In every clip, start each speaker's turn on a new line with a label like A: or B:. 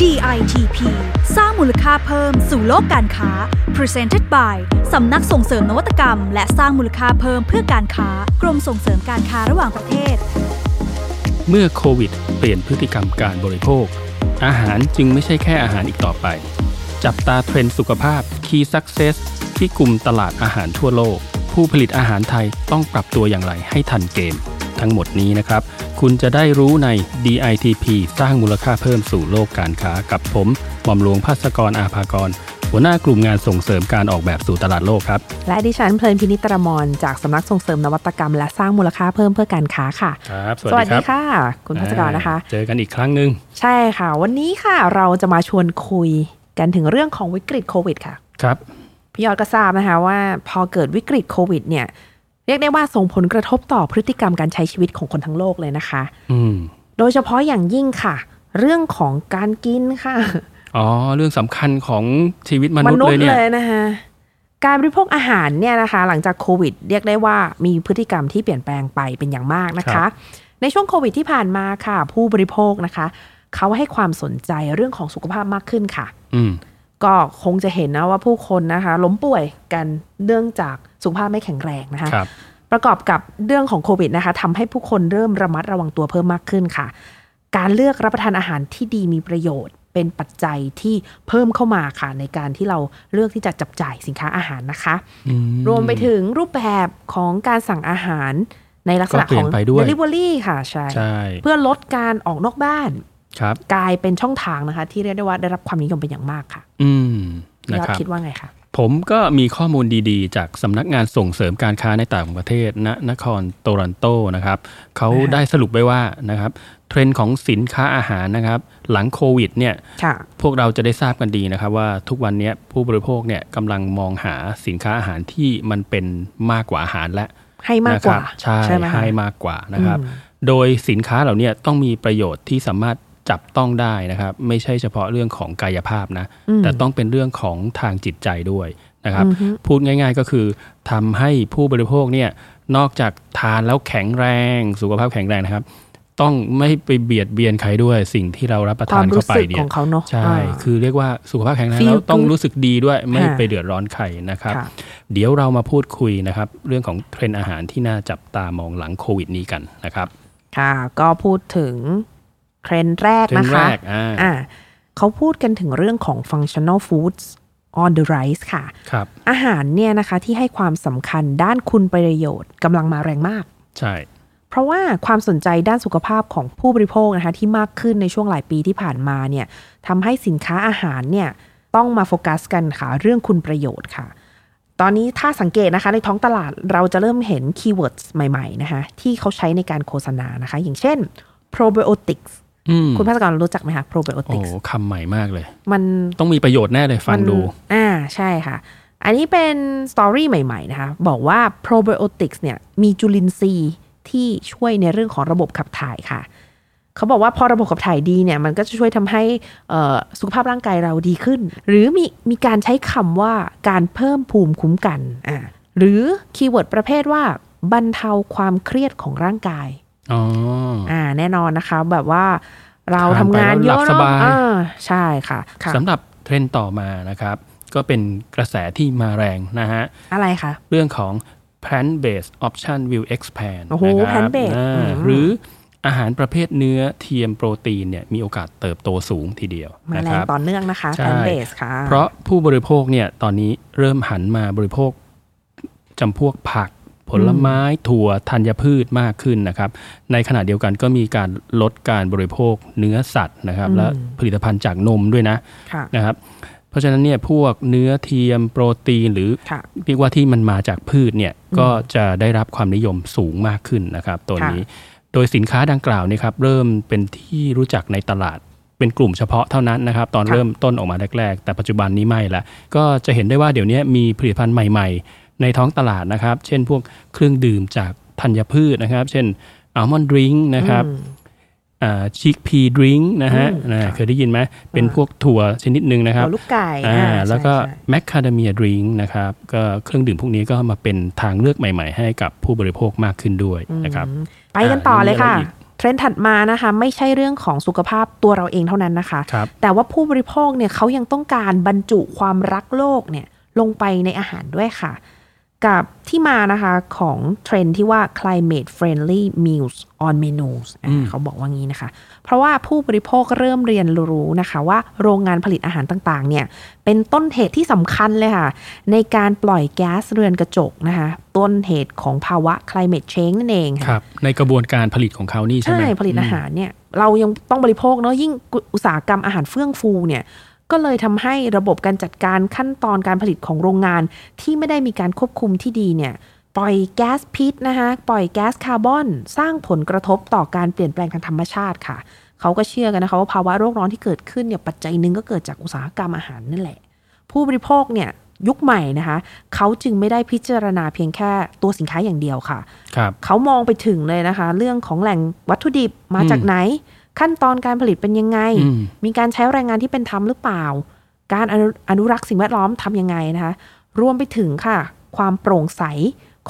A: DITP สร้างมูลค่าเพิ่มสู่โลกการค้า Presented by สำนักส่งเสริมนวัตกรรม และสร้างมูลค่าเพิ่มเพื่อการค้ากรมส่งเสริมการค้าระหว่างประเทศ
B: เมื่อโควิด เปลี่ยนพฤติกรรมการบริโภค อาหารจึงไม่ใช่แค่อาหารอีกต่อไป จับตาเทรนด์สุขภาพ Key Success ที่กลุ่มตลาดอาหารทั่วโลก ผู้ผลิตอาหารไทยต้องปรับตัวอย่างไรให้ทันเกม ทั้งหมดนี้นะครับ คุณจะได้รู้ใน DITP สร้างมูลค่าเพิ่มสู่โลกการค้ากับผมหม่อมหลวงภาสกรอาภากร หัวหน้ากลุ่มงานส่งเสริมการออกแบบสู่ตลาดโลกครับ
C: และดิฉันเพลินพินิตรมรจากสำนักส่งเสริมนวัตกรรม และสร้างมูลค่าเพิ่มเพื่อการค้าค่ะ
B: ครับ
C: สวัสดีค่ะ คุณพัศกรนะคะ
B: เจอกันอีกครั้งหนึ่ง
C: ใช่ค่ะ วันนี้ค่ะเราจะมาชวนคุยกันถึงเรื่องของวิกฤตโควิดค่ะ
B: ครับ
C: พี่ยอดก็ทราบนะคะว่าพอเกิดวิกฤตโควิดเนี่ยเรียกได้ว่าส่งผลกระทบต่อพฤติกรรมการใช้ชีวิตของคนทั้งโลกเลยนะคะ
B: อืม
C: โดยเฉพาะอย่างยิ่งค่ะ เรื่องของการกินค่ะ
B: อ๋อ เรื่องสำคัญของชีวิตมนุษย์เลยเนี่ย
C: เลยนะคะ การบริโภคอาหารเนี่ยนะคะ หลังจากโควิด เรียกได้ว่ามีพฤติกรรมที่เปลี่ยนแปลงไปเป็นอย่างมากนะ
B: ครั
C: คะ
B: บ
C: ในช่วงโควิดที่ผ่านมาค่ะ ผู้บริโภคนะคะ เขาให้ความสนใจเรื่องของสุขภาพมากขึ้นค่ะ
B: อืม
C: ก็คงจะเห็นนะว่าผู้คนนะคะ ล้มป่วยกันเนื่องจากสุขภาพไม่แข็งแรงนะคะ
B: ครับ
C: ประกอบกับเรื่องของโควิดนะคะทำให้ผู้คนเริ่มระมัดระวังตัวเพิ่มมากขึ้นค่ะ การเลือกรับประทานอาหารที่ดีมีประโยชน์ เป็นปัจจัยที่เพิ่มเข้ามาค่ะ ในการที่เราเลือกที่จะจับจ่ายสินค้าอาหารนะคะ
B: อืม
C: รวมไปถึงรูปแบบของการสั่งอาหารในลักษณะ
B: ก็เปลี่
C: ข
B: ย
C: อนง
B: ไปด้วย
C: Delivery ค่ะใช่
B: ใช่
C: เพื่อลดการออกนอกบ้าน
B: ครับ
C: กลายเป็นช่องทางนะคะ ที่เรียกได้ว่าได้รับความนิยมเป็นอย่างมากค่ะ
B: อืม
C: พี่
B: นะ
C: ยอด
B: ครับ
C: คิดว่าไงคะ
B: ผมก็มีข้อมูลดีๆ จากสำนักงานส่งเสริมการค้าในต่างประเทศณนครโตรอนโตนะครับเขาได้สรุปไว้ว่านะครับ เทรนด์ของสินค้าอาหารนะครับ หลังโควิดเนี่ย
C: ค่ะ
B: พวกเราจะได้ทราบกันดีนะครับว่าทุกวันเนี้ยผู้บริโภคเนี่ยกำลังมองหาสินค้าอาหารที่มันเป็นมากกว่าอาหารและ
C: ให้มากกว่า
B: นะครับใช่
C: ไหมคะ
B: ให้มากกว่านะครับ
C: อืม
B: โดยสินค้าเหล่าเนี้ต้องมีประโยชน์ที่สามารถจับต้องได้นะครับ ไม่ใช่เฉพาะเรื่องของกายภาพนะ แต่ต้องเป็นเรื่องของทางจิตใจด้วยนะครับ พูดง่าย ๆ ก็คือทำให้ผู้บริโภคเนี่ยนอกจากทานแล้วแข็งแรง สุขภาพแข็งแรงนะครับ ต้องไม่ไปเบียดเบียนใครด้วยสิ่งที่เรารับประทาว
C: คาน ม
B: เข้า
C: รู้
B: ไป
C: สึก
B: เนี่
C: ข
B: ย
C: องเขาเนาะ
B: ใช่
C: อ่า
B: คือเรียกว่าสุขภาพแข็งแรง
C: Feel
B: แล้วต้อง
C: good
B: รู้สึกดีด้วย ไม่
C: อ่า
B: ไปเดือดร้อนใครนะครับ
C: ค่ะ
B: เดี๋ยวเรามาพูดคุยนะครับ เรื่องของเทรนด์อาหารที่น่าจับตามองหลังโควิดนี้กันนะครับ
C: ค่ะก็พูดถึงเทรนด์แรก
B: เทรน
C: นะ
B: ด์แร
C: คะ
B: กอ่า
C: อ่าเขาพูดกันถึงเรื่องของ functional foods on the rise ค่ะ
B: ครับ
C: อาหารเนี่ยนะคะที่ให้ความสำคัญด้านคุณประโยชน์กำลังมาแรงมาก
B: ใช่
C: เพราะว่าความสนใจด้านสุขภาพของผู้บริโภคนะคะที่มากขึ้นในช่วงหลายปีที่ผ่านมาเนี่ยทำให้สินค้าอาหารเนี่ยต้องมาโฟกัสกันค่ะ เรื่องคุณประโยชน์ค่ะ ตอนนี้ถ้าสังเกตนะคะในท้องตลาดเราจะเริ่มเห็นคีย์เวิร์ดใหม่ๆนะคะที่เขาใช้ในการโฆษณานะคะ อย่างเช่น probiotics
B: อืม
C: คุณพัฒกรรู้จักไหมคะ
B: โอ้
C: probiotics
B: คำใหม่มากเลย
C: มัน
B: ต้องมีประโยชน์แน่เลยฟัง
C: มัน
B: ดู
C: อ่าใช่ค่ะ อันนี้เป็นสตอรี่ใหม่ๆนะคะ บอกว่า probiotics เนี่ยมีจุลินทรีย์ที่ช่วยในเรื่องของระบบขับถ่ายค่ะ เขาบอกว่าพอระบบขับถ่ายดีเนี่ยมันก็จะช่วยทำให้เอ่อสุขภาพร่างกายเราดีขึ้น หรือมีมีการใช้คำว่าการเพิ่มภูมิคุ้มกันอ่าหรือคีย์เวิร์ดประเภทว่าบรรเทาความเครียดของร่างกาย
B: อ๋อ
C: อ่าแน่นอนนะคะแบบว่าเรา
B: ทาน
C: ทำ
B: ไป
C: งาน
B: แล้ว
C: เย
B: หลับส
C: อะเนาะ
B: บาย
C: อ่าใช่ค่ะค่ะ
B: สำหรับเทรนด์ต่อมานะครับ ก็เป็นกระแสที่มาแรงนะฮะ
C: อะไรคะ
B: เรื่องของ plant based option will expand
C: โอ้โห
B: นะครับ
C: plant-based
B: อ่า
C: อืม
B: หรืออาหารประเภทเนื้อเทียมโปรตีนเนี่ยมีโอกาสเติบโตสูงทีเดียว
C: มา
B: นะ
C: แร
B: ค
C: ง
B: รับ
C: ต่อเนื่องนะคะ
B: ใช่
C: แฟนเบสค่ะ
B: เพราะผู้บริโภคเนี่ยตอนนี้เริ่มหันมาบริโภคจำพวกผัก ผลไม้ ถั่วธัญพืชมากขึ้นนะครับ ในขณะเดียวกันก็มีการลดการบริโภคเนื้อสัตว์นะครับ และผลิตภัณฑ์จากนมด้วยนะ
C: ค่ะ
B: นะครับ เพราะฉะนั้นเนี่ยพวกเนื้อเทียมโปรตีนหรือ
C: ค่ะ
B: เรียกว่าที่มันมาจากพืชเนี่ยก็จะได้รับความนิยมสูงมากขึ้นนะครับตัวนี้ โดยสินค้าดังกล่าวเนยครับเริ่มเป็นที่รู้จักในตลาด เป็นกลุ่มเฉพาะเท่านั้นนะครับ ตอน
C: ค่ะ
B: เริ่มต้นออกมาแรกๆ แต่ปัจจุบันนี้ไม่ละก็จะเห็นได้ว่าเดี๋ยวนี้มีผลิตภัณฑ์ใหม่ๆ ในท้องตลาดนะครับ เช่นพวกเครื่องดื่มจากธัญพืชนะครับ เช่นอัลมอนด์ดริงก์นะครับชิคพีดริงก์นะฮะนะเคยได้ยินไหมเป็นพวกถั่วชนิดหนึ่งนะครับ
C: หัวลูกไก่
B: อ่า
C: อ่า
B: แล้วก็
C: ใช่ใช่
B: แมคคาเดเมียดริงนะครับก็เครื่องดื่มพวกนี้ก็มาเป็นทางเลือกใหม่ ๆ ให้กับผู้บริโภคมากขึ้นด้วยนะครับ
C: ไปกันต่อเลยค่ะ
B: อ่ามีอะไรอีก
C: เท รนด์ถัดมานะคะ ไม่ใช่เรื่องของสุขภาพตัวเราเองเท่านั้นนะคะ
B: ครับ
C: แต่ว่าผู้บริโภคเนี่ยเขายังต้องการบรรจุความรักโลกเนี่ยลงไปในอาหารด้วยค่ะ กับที่มานะคะของเทรนด์ที่ว่า climate friendly meals on menus อ่ะ
B: อืม
C: เขาบอกว่างี้นะคะ เพราะว่าผู้บริโภคเริ่มเรียนรู้นะคะ ว่าโรงงานผลิตอาหารต่างๆเนี่ยเป็นต้นเหตุที่สำคัญเลยค่ะ ในการปล่อยแก๊สเรือนกระจกนะคะ ต้นเหตุของภาวะ climate change นั่นเอง
B: ค
C: ค่ะ
B: รับ ในกระบวนการผลิตของเขานี่ใช่ไหม
C: ผลิตอาหารเนี่ยเรายังต้องบริโภคเนาะยิ่งอุตสาหกรรมอาหารเฟื่องฟูเนี่ยก็เลยทำให้ระบบการจัดการขั้นตอนการผลิตของโรงงาน ที่ไม่ได้มีการควบคุมที่ดีเนี่ยปล่อยแก๊สพิษนะคะปล่อยแก๊สคาร์บอน สร้างผลกระทบต่อการเปลี่ยนแปลงทางธรรมชาติค่ะ เขาก็เชื่อกันนะคะว่าภาวะโลกร้อนที่เกิดขึ้นเนี่ยปัจจัยหนึ่งก็เกิดจากอุตสาหกรรมอาหารนั่นแหละ ผู้บริโภคเนี่ยยุคใหม่นะคะเขาจึงไม่ได้พิจารณาเพียงแค่ตัวสินค้าอย่างเดียวค่ะ
B: ครับ
C: เขามองไปถึงเลยนะคะ เรื่องของแหล่งวัตถุดิบมาจากไหน ขั้นตอนการผลิตเป็นยังไง
B: อืม
C: มีการใช้แรงงานที่เป็นธรรมหรือเปล่า การอนุอนุรักษ์สิ่งแวดล้อมทำยังไงนะคะ รวมไปถึงค่ะ ความโปร่งใส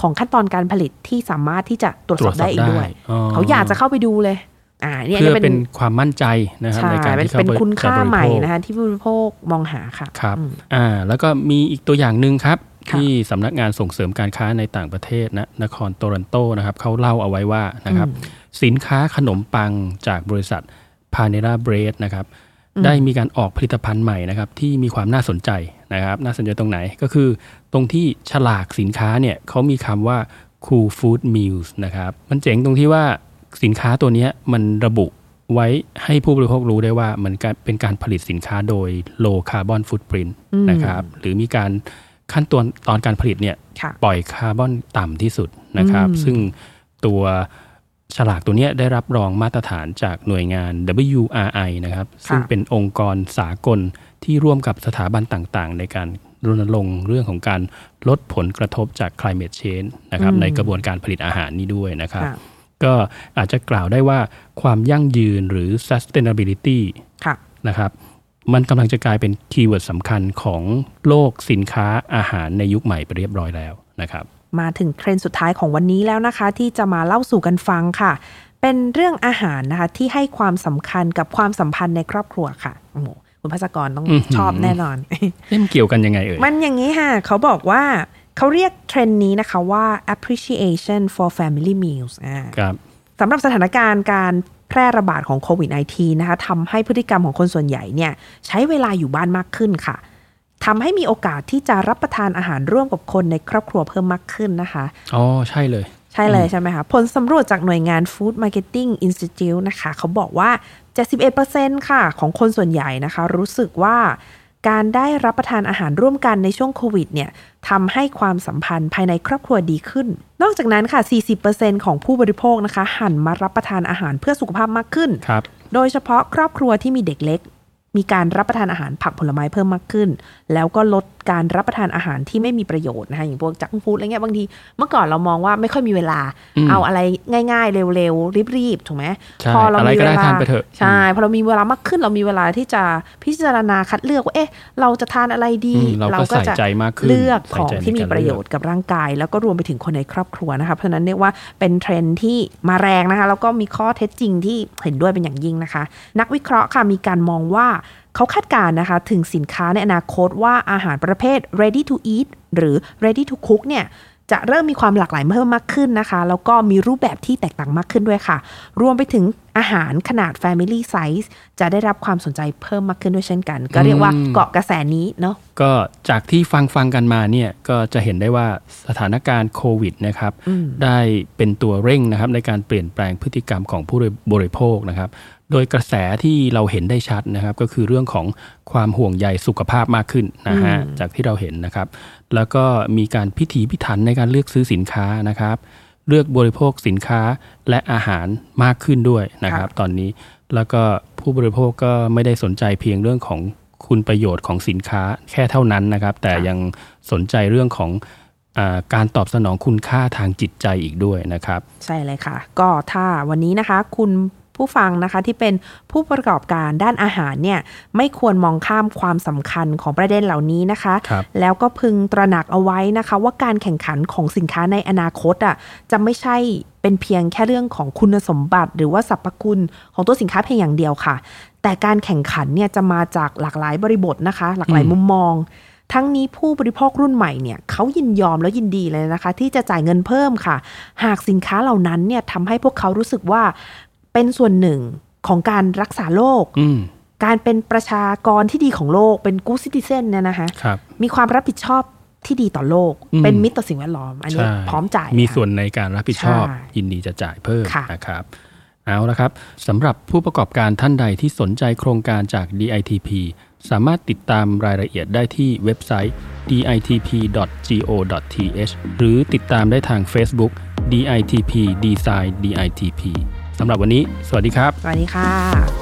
C: ของขั้นตอนการผลิตที่สามารถที่จะตรวจสอบได้อีกด้วย เขาอยากจะเข้าไปดูเลย อ่าเนี่ย
B: เพื่อ
C: เนี่ย
B: เป็
C: เป็น น
B: ความมั่นใจนะครับ
C: ใช่
B: ในการ
C: เป็น
B: ที่เขา
C: เป็นคุณค่า
B: จะบริโภ
C: ใหม่นะคะที่ผู้บริโภคมองหาค่ะ
B: ครับ
C: อืม
B: อ่าแล้วก็มีอีกตัวอย่างหนึ่งครับ
C: ค่ะ
B: ที่สำนักงานส่งเสริมการค้าในต่างประเทศนะนครโตรอนโตนะครับเขาเล่าเอาไว้ว่านะครับ สินค้าขนมปังจากบริษัท p a n e r a Bread นะครับ ได้มีการออกผลิตภัณฑ์ใหม่นะครับ ที่มีความน่าสนใจนะครับ น่าสนใจตรงไหนก็คือ ตรงที่ฉลากสินค้าเนี่ยเขามีคำว่า cool food meals นะครับ มันเจ๋งตรงที่ว่าสินค้าตัวเนี้ยมันระบุไว้ให้ผู้บริโภครู้ได้ว่ามันการเป็นการผลิตสินค้าโดย low carbon footprint นะครับ หรือมีการขั้นตอนตอนการผลิตเนี่ย
C: ค่ะ
B: ปล่อยคาร์บอนต่ำที่สุดนะครับ ซึ่งตัวฉลากตัวเนี้ยได้รับรองมาตรฐานจากหน่วยงาน WRI นะครับ ซึ่งเป็นองค์กรสากลที่ร่วมกับสถาบันต่างๆ ในการรณรงค์เรื่องของการลดผลกระทบจาก climate change นะครับในกระบวนการผลิตอาหารนี้ด้วยนะครับ
C: ค่ะ
B: ก็อาจจะกล่าวได้ว่าความยั่งยืนหรือ sustainability
C: ค่ะ
B: นะครับ มันกำลังจะกลายเป็นคีย์เวิร์ดสำคัญของโลกสินค้าอาหารในยุคใหม่ไปเรียบร้อยแล้วนะครับ
C: มาถึงเทรนด์สุดท้ายของวันนี้แล้วนะคะ ที่จะมาเล่าสู่กันฟังค่ะ เป็นเรื่องอาหารนะคะที่ให้ความสำคัญกับความสัมพันธ์ในครอบครัวค่ะโอ้โหคุณพัศกรต้อง
B: อื้อหือ
C: ชอบแน่นอน
B: เล่มนเกี่ยวกันยังไงเอ่ย
C: มันอย่างนี้ค่ะ เขาบอกว่าเขาเรียกเทรนด์นี้นะคะว่า appreciation for family meals อ่า
B: ครับ
C: สำหรับสถานการณ์การแพร่ระบาดของโควิด -19 นะคะทำให้พฤติกรรมของคนส่วนใหญ่เนี่ยใช้เวลาอยู่บ้านมากขึ้นค่ะทำให้มีโอกาสที่จะรับประทานอาหารร่วมกับคนในครอบครัวเพิ่มมากขึ้นนะคะ
B: อ๋อ ใช่เลย
C: ใช่เลยใช่ไหมคะ ผลสำรวจจากหน่วยงาน Food Marketing Institute นะคะ เขาบอกว่า 71%ค่ะ ของคนส่วนใหญ่นะคะ รู้สึกว่าการได้รับประทานอาหารร่วมกันในช่วงโควิดเนี่ยทำให้ความสัมพันธ์ภายในครอบครัวดีขึ้น นอกจากนั้นค่ะ 40%ของผู้บริโภคนะคะ หันมารับประทานอาหารเพื่อสุขภาพมากขึ้น
B: ครับ
C: โดยเฉพาะครอบครัวที่มีเด็กเล็ก มีการรับประทานอาหารผักผลไม้เพิ่มมากขึ้น แล้วก็ลดการรับประทานอาหารที่ไม่มีประโยชน์นะคะอย่างพวกจังฟู้ดอะไรเงี้ยบางที เมื่อก่อนเรามองว่าไม่ค่อยมีเวลา
B: อืม
C: เอาอะไรง่าย ๆ เร็วๆรีบๆถูกไหม
B: ใช่อะไรก็ได้ทานไปเถอะ
C: ใช่พอเรามีเวลามากขึ้นเรามีเวลาที่จะพิจารณาคัดเลือกว่าเอ๊ะ เราจะทานอะไรดี
B: อืมเราก็ใส่ใจมากขึ้น
C: เลือก
B: ใส่
C: ของ
B: ใจใน
C: ที่มี
B: การ
C: ประ
B: เลื
C: โย
B: อก
C: ชน์ กับร่างกายแล้วก็รวมไปถึงคนในครอบครัวนะคะเพราะฉะนั้นเรียกว่าเป็นเทรนด์ที่มาแรงนะคะแล้วก็มีข้อเท็จจริงที่เห็นด้วยเป็นอย่างยิ่งนะคะ นักวิเคราะห์ค่ะมีการมองว่าเขาคาดการณ์นะคะถึงสินค้าในอนาคตว่าอาหารประเภท ready to eat หรือ ready to cook เนี่ยจะเริ่มมีความหลากหลายเพิ่มมากขึ้นนะคะ แล้วก็มีรูปแบบที่แตกต่างมากขึ้นด้วยค่ะ รวมไปถึงอาหารขนาด Family Size จะได้รับความสนใจเพิ่มมากขึ้นด้วยเช่นกัน ก็เรียกว่าเกาะกระแสนี้เนาะ
B: ก็จากที่ฟังฟังกันมาเนี่ย ก็จะเห็นได้ว่าสถานการณ์โควิดนะครับ ได้เป็นตัวเร่งนะครับในการเปลี่ยนแปลงพฤติกรรมของผู้บริโภคนะครับ โดยกระแสที่เราเห็นได้ชัดนะครับ ก็คือเรื่องของความห่วงใยสุขภาพมากขึ้นนะฮะ จากที่เราเห็นนะครับ แล้วก็มีการพิถีพิถันในการเลือกซื้อสินค้านะครับ เลือกบริโภคสินค้าและอาหารมากขึ้นด้วยนะครับ ตอนนี้แล้วก็ผู้บริโภคก็ไม่ได้สนใจเพียงเรื่องของคุณประโยชน์ของสินค้าแค่เท่านั้นนะครับ แต่ยังสนใจเรื่องของอาการตอบสนองคุณค่าทางจิตใจอีกด้วยนะครับ
C: ใช่เลยค่ะ ก็ถ้าวันนี้นะคะ คุณ ผู้ฟังนะคะที่เป็นผู้ประกอบการด้านอาหารเนี่ยไม่ควรมองข้ามความสำคัญของประเด็นเหล่านี้นะคะ
B: ครับ
C: แล้วก็พึงตระหนักเอาไว้นะคะ ว่าการแข่งขันของสินค้าในอนาคตอ่ะจะไม่ใช่เป็นเพียงแค่เรื่องของคุณสมบัติ หรือว่าสรรพคุณของตัวสินค้าเพียงอย่างเดียวค่ะ แต่การแข่งขันเนี่ยจะมาจากหลากหลายบริบทนะคะ หลากหลายมุมมอง ทั้งนี้ผู้บริโภครุ่นใหม่เนี่ยเขายินยอมและยินดีเลยนะคะ ที่จะจ่ายเงินเพิ่มค่ะ หากสินค้าเหล่านั้นเนี่ยทำให้พวกเขารู้สึกว่าเป็นส่วนหนึ่งของการรักษาโลก
B: อืม
C: การเป็นประชากรที่ดีของโลกเป็นกู๊ดซิติเซนเนี่ยนะคะ
B: ครับ
C: มีความรับผิดชอบที่ดีต่อโลก
B: อืม
C: เป็นมิตรต่อสิ่งแวดล้อม อันนี้
B: ใช่
C: พร้อมจ่าย
B: มี
C: ค่ะ
B: ส่วนในการรับผิดชอบ
C: ใช่
B: ยินดีจะจ่ายเพิ่ม
C: ค่ะ
B: นะครับเอาละครับสำหรับผู้ประกอบการท่านใดที่สนใจโครงการจาก DITP สามารถติดตามรายละเอียดได้ที่เว็บไซต์ ditp.go.th หรือติดตามได้ทาง Facebook DITP Design DITP สำหรับวันนี้ สวัสดีครับ
C: สวัสดีค่ะ